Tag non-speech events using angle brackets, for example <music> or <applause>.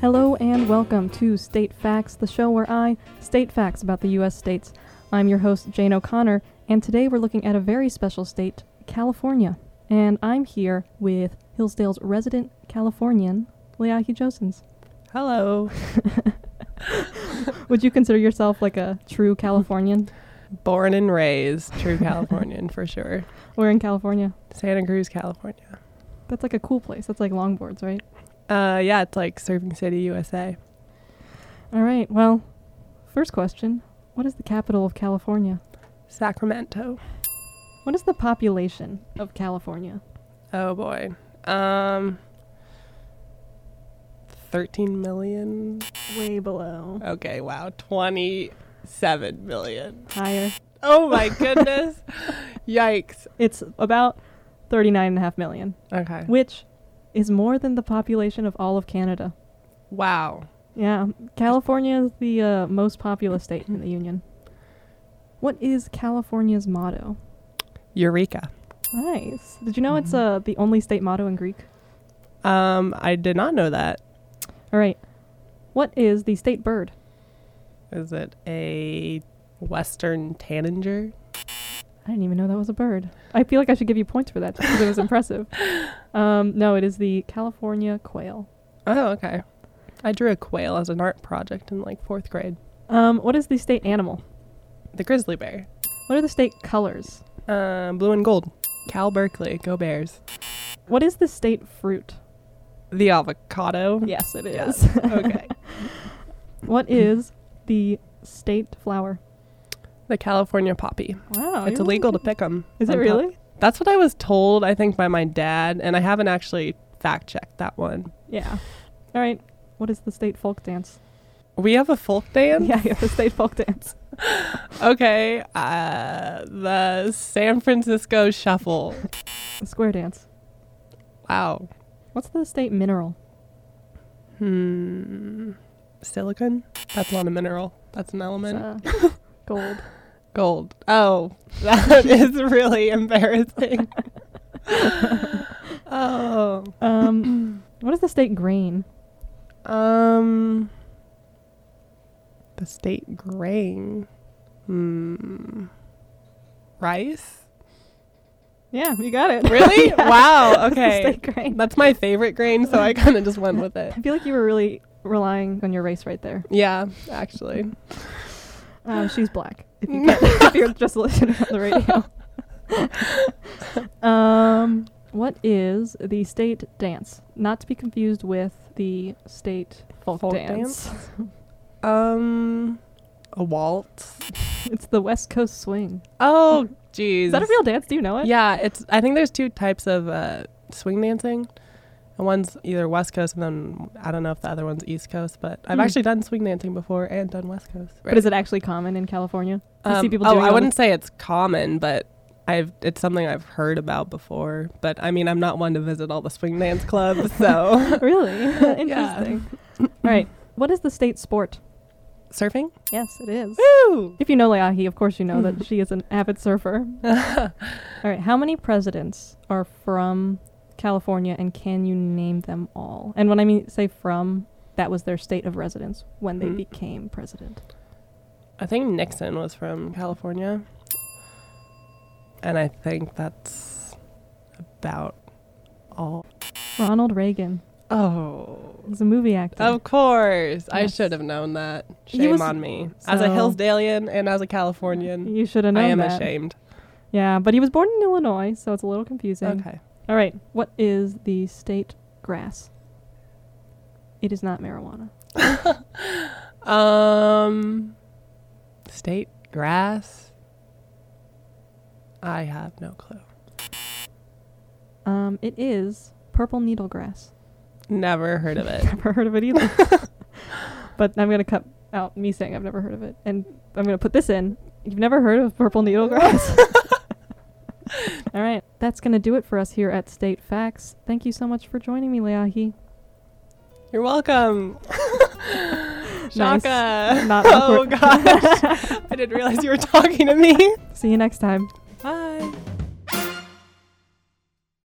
Hello and welcome to State Facts, the show where I state facts about the U.S. states. I'm your host, Jane O'Connor, and today we're looking at a very special state, California. And I'm here with Hillsdale's resident Californian, Leahy Josens. Hello. Would you consider yourself like a true Californian? Born and raised, true Californian for sure. We're in California. Santa Cruz, California. That's like a cool place. That's like longboards, right? Uh, yeah, it's like Surfing City, USA. All right, well, first question What is the capital of California? Sacramento. What is the population of California? Oh boy. Um, 13 million. Way below. Okay, wow. 27 million. Higher. Oh my goodness. Yikes. It's about 39.5 million, Okay. which is more than the population of all of Canada. Wow. Yeah, California is the uh, most populous state in the Union. What is California's motto? Eureka. Nice. Did you know it's Mhm. uh, the only state motto in Greek? Um, I did not know that. All right. What is the state bird? Is it a Western Tanager? I didn't even know that was a bird. I feel like I should give you points for that just because it was impressive. Um, no, it is the California quail. Oh, okay. I drew a quail as an art project in like fourth grade. Um, what is the state animal? The grizzly bear. What are the state colors? Um, blue and gold. Cal Berkeley. Go Bears. What is the state fruit? The avocado. Yes, it Yeah. is. <laughs> <laughs> okay. what is the state flower? The California poppy. Wow. it's illegal to pick them. Oh, Is it really? That's what I was told, I think, by my dad, and I haven't actually fact checked that one. Yeah. All right. What is the state folk dance? We have a folk dance? <laughs> yeah, yeah, <laughs> the state folk dance. Okay. Uh, the San Francisco Shuffle. The square dance. wow. What's the state mineral? Hmm. Silicon? That's not a mineral. That's an <laughs> element. It's, uh, gold. Gold. Oh, <laughs> that is really <laughs> embarrassing. oh. <laughs> Um, what is the state grain? Um. The state grain. Hmm. Rice? Yeah, you got it. Really? <laughs> Yeah. Wow. It's the Okay. state grain. That's my favorite grain, so I kind of just went with it. I feel like you were really relying on your race right there. Yeah, actually. Uh, she's black. If, <laughs> you can't, if you're just listening on the radio. <laughs> um, what is the state dance? Not to be confused with the state folk, Folk dance. Um. A waltz. <laughs> it's the West Coast swing. Oh, geez. Is that a real dance? Do you know it? Yeah, it's. I think there's two types of uh, swing dancing, and one's either West Coast, and then I don't know if the other one's East Coast. But I've Hmm. actually done swing dancing before and done West Coast. But is it actually common in California? Do you see Um, people oh, doing I all wouldn't say it's common, but I've it's something I've heard about before. But I mean, I'm not one to visit all the swing dance clubs, <laughs> so <laughs> this? Really? Interesting. All <laughs> right. What is the state sport? surfing. Yes, it is. Woo! If you know Leahi, of course you know <laughs> that she is an avid surfer. All right, how many presidents are from California and can you name them all? And when I mean say from, that was their state of residence when they Mm. became president. I think Nixon was from California, and I think that's about all. Ronald Reagan Oh. was a movie actor. Of course. I Yes. should have known that. He Shame was- on me. As a so- Hillsdalean and as a Californian, you should have I known am that. ashamed. Yeah, but he was born in Illinois, so it's a little confusing. Okay. All right, what is the state grass? It is not marijuana. Um state grass. I have no clue. Um, it is purple needle grass. Never heard <laughs> of it. never heard of it either. but I'm gonna cut out me saying I've never heard of it, and I'm gonna put this in. You've never heard of purple needle grass? <laughs> All right, that's gonna do it for us here at State Facts. Thank you so much for joining me, Leahi. <laughs> You're welcome. Shaka. Not oh awkward. <laughs> gosh. I didn't realize you were talking to me. See you next time.